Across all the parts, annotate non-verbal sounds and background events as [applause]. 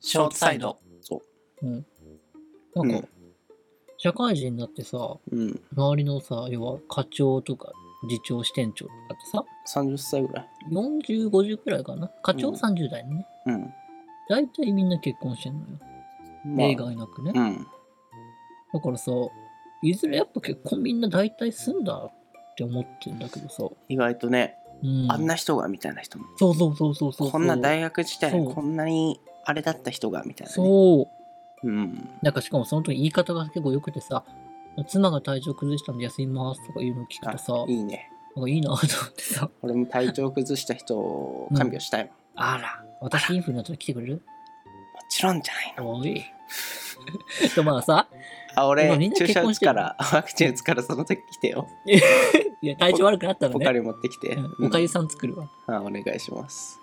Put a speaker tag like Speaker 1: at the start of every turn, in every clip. Speaker 1: ショートサイド。
Speaker 2: そ
Speaker 3: うん。なんか、
Speaker 2: うん
Speaker 3: 社会人になってさ、
Speaker 2: う。うん。
Speaker 3: 周りのさ、要は課長とか次長支店長とかってさ、
Speaker 2: 30歳ぐらい。
Speaker 3: 40、50くらいかな。課長
Speaker 2: うん
Speaker 3: 30代のね。
Speaker 2: うん。
Speaker 3: 大体みんな結婚してんのよ。
Speaker 2: まあ
Speaker 3: 例外なくね。
Speaker 2: うん。
Speaker 3: だからさ、いずれやっぱ結婚みんな大体すんだって思ってんだけどさ。
Speaker 2: 意外とね、
Speaker 3: うん。
Speaker 2: あんな人がみたいな人も。
Speaker 3: そうそうそうそうそう。
Speaker 2: こんな大学時代
Speaker 3: そ
Speaker 2: に
Speaker 3: う
Speaker 2: こんなにあれだった人がみたいな、ね。
Speaker 3: そう。
Speaker 2: うん。
Speaker 3: なんかしかもその時言い方が結構良くてさ、妻が体調崩したんで休みますとか言うの聞くとさ、
Speaker 2: あいいね。
Speaker 3: なんかいいなと思ってさ、
Speaker 2: 俺も体調崩した人を看病したいもん。
Speaker 3: あら、私インフルになったら来てくれる
Speaker 2: もちろんじゃないの。
Speaker 3: おい。 [laughs] とまあさ、
Speaker 2: あ、
Speaker 3: 今み
Speaker 2: 俺、
Speaker 3: んな
Speaker 2: 注
Speaker 3: 結
Speaker 2: 射打
Speaker 3: 婚
Speaker 2: つ
Speaker 3: してる
Speaker 2: から、ワクチン打つからその時来てよ。
Speaker 3: いや体調悪くなったら
Speaker 2: ポカ
Speaker 3: ね、
Speaker 2: リ持ってきて。
Speaker 3: うんおかゆさん作るわ。
Speaker 2: うんあお願いします。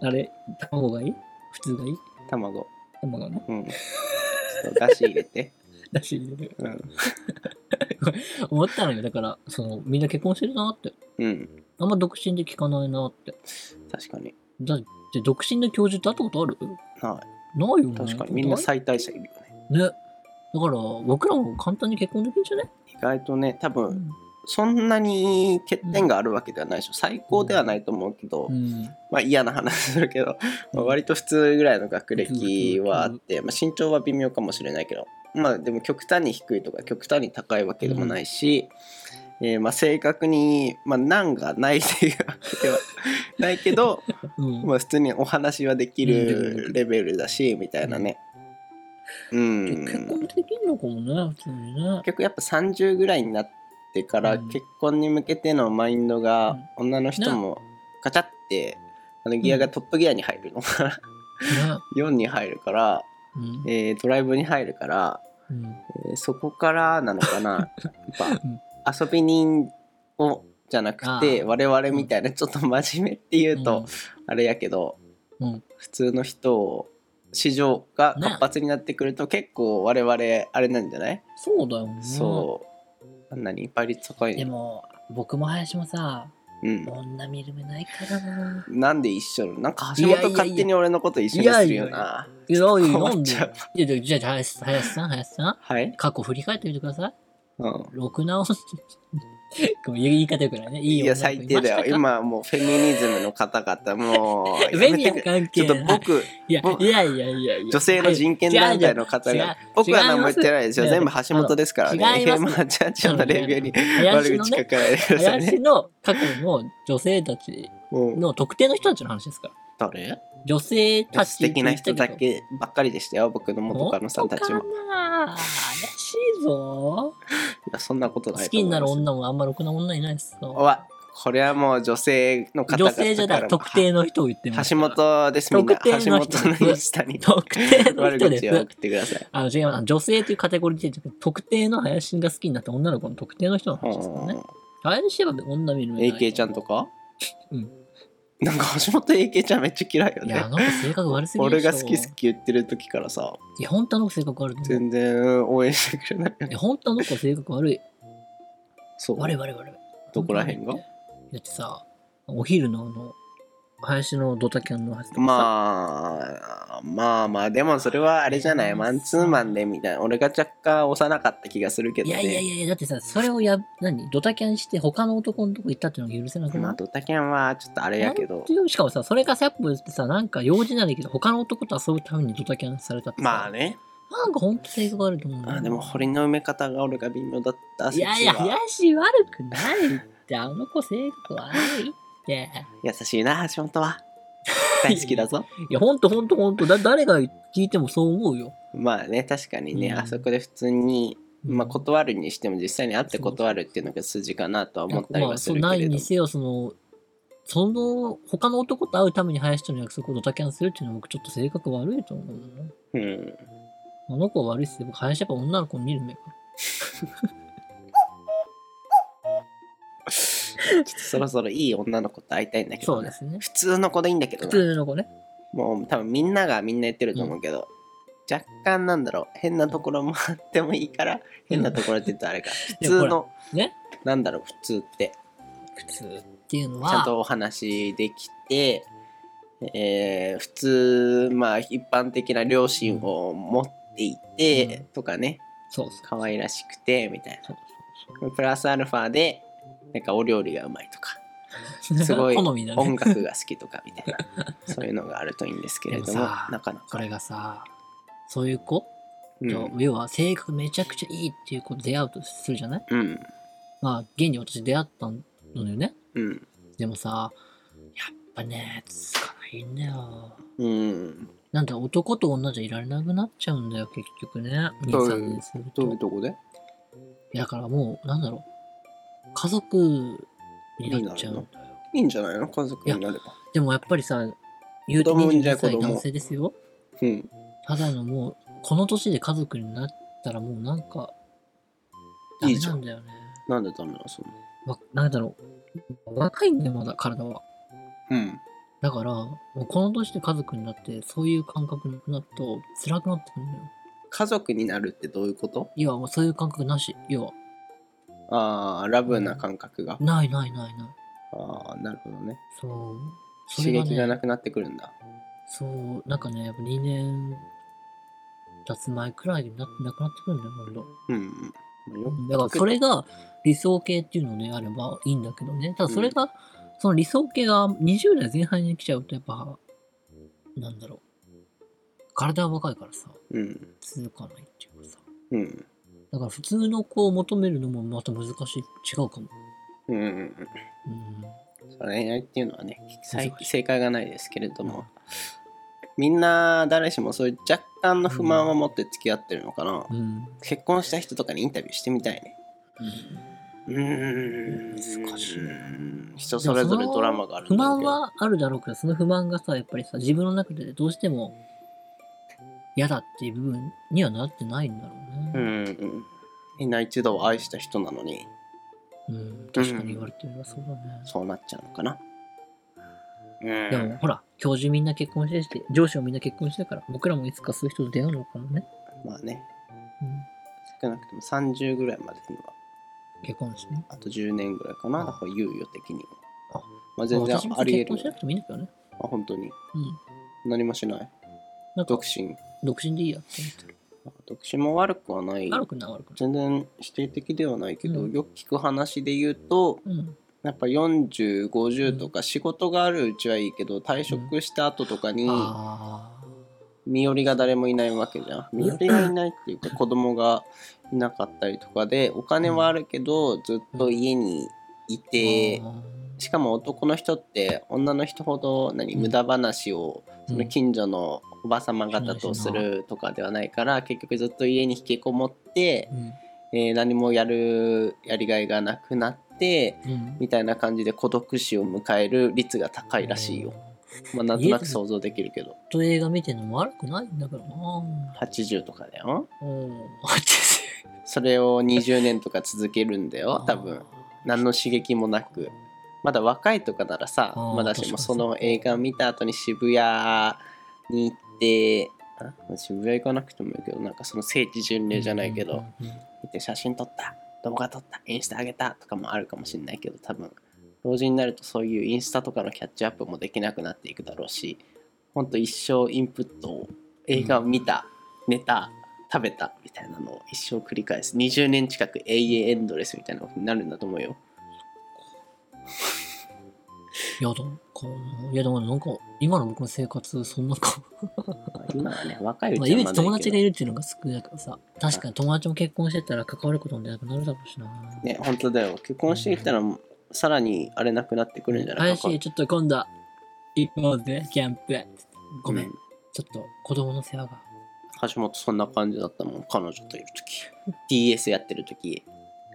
Speaker 3: あれ、卵がいい普通がいい
Speaker 2: 卵。
Speaker 3: 卵ね。
Speaker 2: うん。ちょっとだし入れて。
Speaker 3: だし入れる。
Speaker 2: うん。
Speaker 3: 思ったのよ。だから、その、みんな結婚してるなって。
Speaker 2: うん。
Speaker 3: あんま独身で聞かないなって。
Speaker 2: 確かに。
Speaker 3: だって、独身の教授って会ったことある
Speaker 2: は
Speaker 3: ないよ
Speaker 2: い。
Speaker 3: ね。
Speaker 2: 確かに。みんな最大者いるよね。
Speaker 3: ね。だから、僕らも簡単に結婚できるんじゃね
Speaker 2: 意外とね、多分、そんなに欠点があるわけではないでしょ。最高ではないと思うけど、
Speaker 3: うん。
Speaker 2: まあ嫌な話するけど、まあ、割と普通ぐらいの学歴はあって、まあ、身長は微妙かもしれないけど、まあでも極端に低いとか極端に高いわけでもないし、えーまあ正確に、まあ、難がないというわけ [laughs] ではないけど、
Speaker 3: うん。
Speaker 2: まあ、普通にお話はできるレベルだし、みたいなね。うん。
Speaker 3: 結婚できるのかもね、普通にね
Speaker 2: 結。局やっぱ30ぐらいになってから
Speaker 3: うん
Speaker 2: 結婚に向けてのマインドが女の人もガチャってあのギアがトップギアに入るの [laughs] かな
Speaker 3: ね。
Speaker 2: 4に入るから、
Speaker 3: うん。
Speaker 2: えードライブに入るから、
Speaker 3: うん
Speaker 2: えーそこからなのかなやっ
Speaker 3: [laughs] うん
Speaker 2: ぱ遊び人をじゃなくて
Speaker 3: あー
Speaker 2: 我々みたいなちょっと真面目っていうとあれやけど、
Speaker 3: うん
Speaker 2: 普通の人を市場が活発になってくると結構我々あれなんじゃない
Speaker 3: そうだよね。
Speaker 2: そう。あんなに倍率高い
Speaker 3: で
Speaker 2: ね。
Speaker 3: も、僕も林もさ、
Speaker 2: うん。
Speaker 3: 女見る目ないからな。
Speaker 2: なんで一緒なのなんか橋
Speaker 3: いやいや
Speaker 2: 本
Speaker 3: いや
Speaker 2: 勝手に俺のこと一緒にするよ
Speaker 3: いやい
Speaker 2: な。
Speaker 3: いや、
Speaker 2: っと
Speaker 3: な
Speaker 2: 困っ
Speaker 3: んで
Speaker 2: ちゃう
Speaker 3: いやいやじゃあ、林林さん、林さん、
Speaker 2: はい
Speaker 3: 過去振り返ってみてください。
Speaker 2: うん。
Speaker 3: ろくな女。 [laughs] ごめん言い方よくないね。いい
Speaker 2: い
Speaker 3: よ。
Speaker 2: や、最低だよ。今もうフェミニズムの方々、も
Speaker 3: [laughs]
Speaker 2: う。
Speaker 3: 便利
Speaker 2: や
Speaker 3: な
Speaker 2: めてくれ
Speaker 3: 関
Speaker 2: ちょ
Speaker 3: 係
Speaker 2: っと
Speaker 3: ない。
Speaker 2: 僕、
Speaker 3: いや
Speaker 2: 僕
Speaker 3: いやいやいやいや。
Speaker 2: 女性の人権団体の方
Speaker 3: 違う違う
Speaker 2: が、僕は何も言ってないですよ。
Speaker 3: 違う違う
Speaker 2: 全部橋本ですからね。
Speaker 3: 違います
Speaker 2: [laughs] まあ、ちゃんちゃんのレビューに
Speaker 3: 林
Speaker 2: 悪
Speaker 3: の
Speaker 2: 口
Speaker 3: ね
Speaker 2: 書、かないでください
Speaker 3: 林
Speaker 2: ね。
Speaker 3: の過去の女性たち
Speaker 2: うん
Speaker 3: の特定の人たちの話ですから。
Speaker 2: 誰
Speaker 3: 女性たち
Speaker 2: 素敵な人だけばっかりでしたよ、僕の元カノさんたちも。い
Speaker 3: 本当かな怪しいぞ。
Speaker 2: や、そんなこと
Speaker 3: 好
Speaker 2: ないと
Speaker 3: き
Speaker 2: 思い
Speaker 3: に
Speaker 2: ます
Speaker 3: な
Speaker 2: よ
Speaker 3: る女もあんまろくな女いないですよ。
Speaker 2: おわこれはもう女性の方々
Speaker 3: 女性じゃない、特定の人を言ってます。
Speaker 2: 橋。本ですみんな
Speaker 3: 特定の
Speaker 2: 橋
Speaker 3: 人
Speaker 2: 本の下に
Speaker 3: 特定の
Speaker 2: 悪
Speaker 3: 人
Speaker 2: 口を
Speaker 3: で
Speaker 2: 送ってください
Speaker 3: す。あの違います。女性というカテゴリーで特定の林が好きになった女の子の特定の人の話ですからね。林は女見る
Speaker 2: うん
Speaker 3: 目ない
Speaker 2: AK ちゃんとか
Speaker 3: うん
Speaker 2: なんか橋本 AK ちゃんめっちゃ嫌いよ
Speaker 3: いや、あ
Speaker 2: ね
Speaker 3: の子性格悪すぎるで
Speaker 2: 俺
Speaker 3: しょ
Speaker 2: が好き好き言ってる時からさ
Speaker 3: いや、本当あの子性格悪いと思
Speaker 2: 全
Speaker 3: う。
Speaker 2: 然応援してくれない
Speaker 3: いや、本当あの子性格悪い。
Speaker 2: そう
Speaker 3: 悪い悪い悪い。
Speaker 2: どこら辺が
Speaker 3: だってさ、お昼のあの、林のドタキャンの話とかさ
Speaker 2: まあまあまあでもそれはあれじゃないマンツーマンでみたいな俺が若干幼かった気がするけど
Speaker 3: いや
Speaker 2: ね
Speaker 3: いやいやいや、だってさ、それをや、何ドタキャンして他の男のとこ行ったっていうのが許せなく
Speaker 2: ま
Speaker 3: な
Speaker 2: あ
Speaker 3: い
Speaker 2: ドタキャンはちょっとあれやけど
Speaker 3: しかもさ、それがさ、やっぱってさ、なんか用事ならいいけど、他の男と遊ぶためにドタキャンされたってさ
Speaker 2: まあ。ね
Speaker 3: なんか本当性格悪いと思うんだよ
Speaker 2: あでも堀の埋め方が俺が微妙だった
Speaker 3: いやい
Speaker 2: 説
Speaker 3: や、
Speaker 2: は
Speaker 3: 林悪くないって、あの子性格悪いって。
Speaker 2: 優しいな橋本
Speaker 3: [laughs]
Speaker 2: は大好きだぞ
Speaker 3: いや、ほんとほんとほんと、だ誰が聞いてもそう思うよ。
Speaker 2: まあね確かにね、
Speaker 3: うん
Speaker 2: あそこで普通に、まあ、
Speaker 3: うん
Speaker 2: 断るにしても実際に会って断るっていうのが筋かなとは思ったりはする
Speaker 3: まあ、
Speaker 2: け
Speaker 3: そうな
Speaker 2: れ
Speaker 3: い
Speaker 2: ど
Speaker 3: にせよそのその他の男と会うために林との約束をドタキャンするっていうのは僕ちょっと性格悪いと思うの
Speaker 2: うん、
Speaker 3: あの子は悪いっすよ僕林やっぱ女の子を見る目が
Speaker 2: ちょっとそろそろいい女の子と会いたいんだけど
Speaker 3: そう
Speaker 2: ね、
Speaker 3: ですね
Speaker 2: 普通の子でいいんだけど
Speaker 3: 普
Speaker 2: な
Speaker 3: 通の子ね
Speaker 2: もう多分みんながみんな言ってると思うけど、若干なんだろう変なところもあってもいいから変なところって言うとあれか普通
Speaker 3: ほ
Speaker 2: の
Speaker 3: ね
Speaker 2: なんだろう普通って
Speaker 3: 普通っていうの
Speaker 2: ちゃん
Speaker 3: は
Speaker 2: とお話できて、えー普通まあ一般的な両親を持っていてとかね
Speaker 3: そうそう。 [laughs]
Speaker 2: 可愛らしくてみたい
Speaker 3: そう
Speaker 2: なプラスアルファでなんかお料理がうまいと [laughs] か
Speaker 3: そうそう
Speaker 2: すごい
Speaker 3: 好みだね。
Speaker 2: 音楽が好きとかみたいなそういうのがあるといいんですけ [laughs] れど
Speaker 3: で
Speaker 2: も
Speaker 3: もさ
Speaker 2: なかな
Speaker 3: こ
Speaker 2: か、
Speaker 3: れがさ、そういう子、
Speaker 2: うん、
Speaker 3: 要は性格めちゃくちゃいいっていう子と出会うとするじゃない
Speaker 2: うん
Speaker 3: まあ、現に私出会ったのよね。
Speaker 2: うん
Speaker 3: でもさ、やっぱね、つかないんだよ。
Speaker 2: うん
Speaker 3: なんだ、男と女じゃいられなくなっちゃうんだよ、結局ね。兄
Speaker 2: どう
Speaker 3: さんにする
Speaker 2: ど
Speaker 3: と。
Speaker 2: ういうとこで
Speaker 3: いやだからもう、なんだろう。家族になっちゃうんだよ。
Speaker 2: いいんじゃないの家族になれば
Speaker 3: でもやっぱりさ、言うて
Speaker 2: 子供産んじゃ
Speaker 3: 22
Speaker 2: う子
Speaker 3: 歳
Speaker 2: 供
Speaker 3: 男性ですよ。
Speaker 2: うん
Speaker 3: ただのもう、この年で家族になったらもうなんか、ダ
Speaker 2: い
Speaker 3: メ
Speaker 2: いじゃ
Speaker 3: なんんだよね。
Speaker 2: なんでダメなのその
Speaker 3: わなんだろう。若いんだよ、まだ体は。
Speaker 2: うん
Speaker 3: だから、もうこの年で家族になって、そういう感覚なくなると、辛くなってくるのよ。
Speaker 2: 家族になるってどういうこと
Speaker 3: 要はもうそういう感覚なし。要は、
Speaker 2: ああラブな感覚が、
Speaker 3: ないないないない。
Speaker 2: ああなるほどね
Speaker 3: そう。そ
Speaker 2: 刺
Speaker 3: れが
Speaker 2: 激が
Speaker 3: ね、
Speaker 2: なくなってくるんだ
Speaker 3: そう、なんかね、やっぱ2年経つ前くらいになってなくなってくるんだよ、ほんと。
Speaker 2: うんうんよ
Speaker 3: だから
Speaker 2: く聞
Speaker 3: そ
Speaker 2: く
Speaker 3: れが理想形っていうのであればいいんだけどね。ただそれが、その理想形が20代前半に来ちゃうとやっぱ、なんだろう。体は若いからさ、
Speaker 2: うん
Speaker 3: 続かないっていうかさ。
Speaker 2: うん
Speaker 3: だから普通の子を求めるのもまた難しい。違うかも。
Speaker 2: うんうんうん
Speaker 3: うん。
Speaker 2: その恋愛っていうのはね最
Speaker 3: 難しい
Speaker 2: 正解がないですけれど
Speaker 3: う
Speaker 2: も
Speaker 3: ん
Speaker 2: みんな誰しもそういう若干の不満を持って付き合ってるのかな、
Speaker 3: うん。
Speaker 2: 結婚した人とかにインタビューしてみたいねうーん
Speaker 3: 難しい
Speaker 2: うん人それぞれドラマがあるん
Speaker 3: 不
Speaker 2: だろう
Speaker 3: 満
Speaker 2: けど
Speaker 3: はあるだろうけど、その不満がさ、やっぱりさ、自分の中でどうしても嫌だっていう部分にはなってないんだろう
Speaker 2: う
Speaker 3: ね。
Speaker 2: んうんみんな一度は愛した人なのに
Speaker 3: うん。確かに言われてみればそうだね。
Speaker 2: そうなっちゃうのかなう
Speaker 3: でも
Speaker 2: ん
Speaker 3: ほら、教授みんな結婚してして、上司もみんな結婚してるから、僕らもいつかそういう人と出会うのかもね。
Speaker 2: まあね
Speaker 3: うん、
Speaker 2: 少なくとも30ぐらいまでには
Speaker 3: 結婚してね。
Speaker 2: あと10年ぐらいかなだから猶予的には
Speaker 3: あ
Speaker 2: まあ全然
Speaker 3: 私も
Speaker 2: ありえ
Speaker 3: 結
Speaker 2: る
Speaker 3: 婚しなくてもいいんだけどね。
Speaker 2: あ本当に
Speaker 3: うん。
Speaker 2: 何もしない
Speaker 3: なんか
Speaker 2: 独、身
Speaker 3: 独身でいいやって思ってる。
Speaker 2: 独身も悪くはない
Speaker 3: 悪くない悪くない。
Speaker 2: 全然否定的ではないけど、
Speaker 3: うん
Speaker 2: よく聞く話で言うと
Speaker 3: うん。
Speaker 2: やっぱ4050と
Speaker 3: う
Speaker 2: か仕事があるうちはいいけど退職した後とかに
Speaker 3: あ
Speaker 2: 身寄りが誰もいないわけじゃん身寄りがいないっていうか子供がいなかったりとかでお金はあるけどずっと家にい
Speaker 3: ー
Speaker 2: て
Speaker 3: あ
Speaker 2: しかも男の人って女の人ほど何
Speaker 3: うん
Speaker 2: 無駄話を
Speaker 3: ー
Speaker 2: その近所のおば様方とするとかではないから結局ずっと家に引きこもって
Speaker 3: う、ん。
Speaker 2: えー何もやるやりがいがなくなって
Speaker 3: うん。
Speaker 2: みたいな感じで孤独死を迎える率が高いらしいよ。。まあ、なんとなく想像できるけど
Speaker 3: と映画見てるのも悪くないんだからな。
Speaker 2: 80とかだよ。
Speaker 3: うん。
Speaker 2: それを20年とか続けるんだよ多分。何の刺激もなくまだ若いとかならさ
Speaker 3: あー
Speaker 2: まだし
Speaker 3: 確
Speaker 2: も
Speaker 3: かに
Speaker 2: その映画を見た後に渋谷に行ってあ渋谷行かなくてもいいけどなんかその聖地巡礼じゃないけど、
Speaker 3: うん。うんうん
Speaker 2: 行って写真撮った動画撮ったインスタ上げたとかもあるかもしれないけど多分老人になるとそういうインスタとかのキャッチアップもできなくなっていくだろうしほんと一生インプットを映画を見た、寝た食べたみたいなのを一生繰り返す20年近く永遠エンドレスみたいなことになるんだと思うよ
Speaker 3: いや、だから、いや、でもなんか、今の僕の生活、そんなか、
Speaker 2: まあ今はね若いう
Speaker 3: まあ、
Speaker 2: ちは
Speaker 3: 唯
Speaker 2: ま
Speaker 3: 一
Speaker 2: だい
Speaker 3: 友
Speaker 2: いけ
Speaker 3: 達
Speaker 2: ど
Speaker 3: がいるっていうのが救いだからさ、確かに友達も結婚してたら関わることもなくなるだろうしな。
Speaker 2: ね本当だよ結婚していったらさらにあれなくなってくるんじゃないか
Speaker 3: 林、ちょっと今度、行こうぜ、キャンプ。ごめん、
Speaker 2: う
Speaker 3: ちょっと子供の世話が。
Speaker 2: 橋本そんな感じだったもん彼女といる時 DS やってる時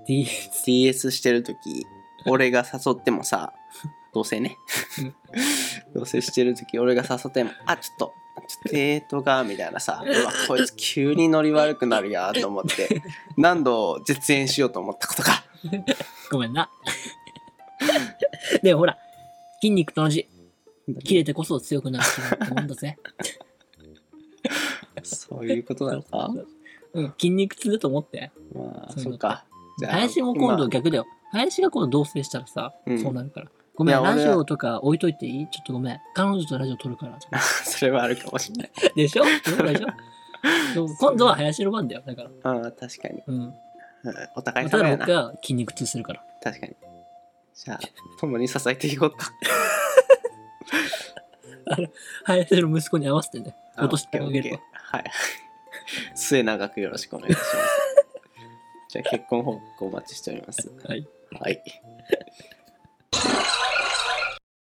Speaker 3: D、
Speaker 2: DS してる時俺が誘っても
Speaker 3: [laughs]
Speaker 2: さ同棲ね [laughs] 同棲してる時俺が誘ってもあちょっとちょっとデートがみたいなさうわこいつ急にノリ悪くなるやと思って何度絶縁しようと思ったことか
Speaker 3: [laughs] ごめんな。 [laughs] でもほら、筋肉と同じ、切れてこそ強くなるってもん
Speaker 2: [laughs]
Speaker 3: だぜ。
Speaker 2: そういうことなのか
Speaker 3: うん、筋肉痛だと思って。
Speaker 2: まあ
Speaker 3: そういうこと
Speaker 2: そっかじゃあ
Speaker 3: 林も今度逆だよ。林が今度同棲したらさ、
Speaker 2: うん
Speaker 3: そうなるから。ごめ
Speaker 2: い
Speaker 3: ん、
Speaker 2: や
Speaker 3: ラ
Speaker 2: 俺
Speaker 3: ジオとか置いといていいちょっとごめん。彼女とラジオ撮るから。
Speaker 2: それはあるかもしれない。 [laughs]
Speaker 3: でしょそうでしょそう今度は林の番だよ。だから。
Speaker 2: ああ、確かに。
Speaker 3: う
Speaker 2: う
Speaker 3: ん。
Speaker 2: んお互い
Speaker 3: た
Speaker 2: 様
Speaker 3: だ
Speaker 2: やな
Speaker 3: 僕。が筋肉痛するから。
Speaker 2: 確かに。じゃあ、共に支えていこうか。
Speaker 3: 林の息子に合わせてね。落としてあげる
Speaker 2: オッケーオッケーはい。 [laughs] 末永くよろしくお願
Speaker 3: [laughs]
Speaker 2: いします。じゃあ、結婚報告お待ちしております。
Speaker 3: はい。
Speaker 2: はい。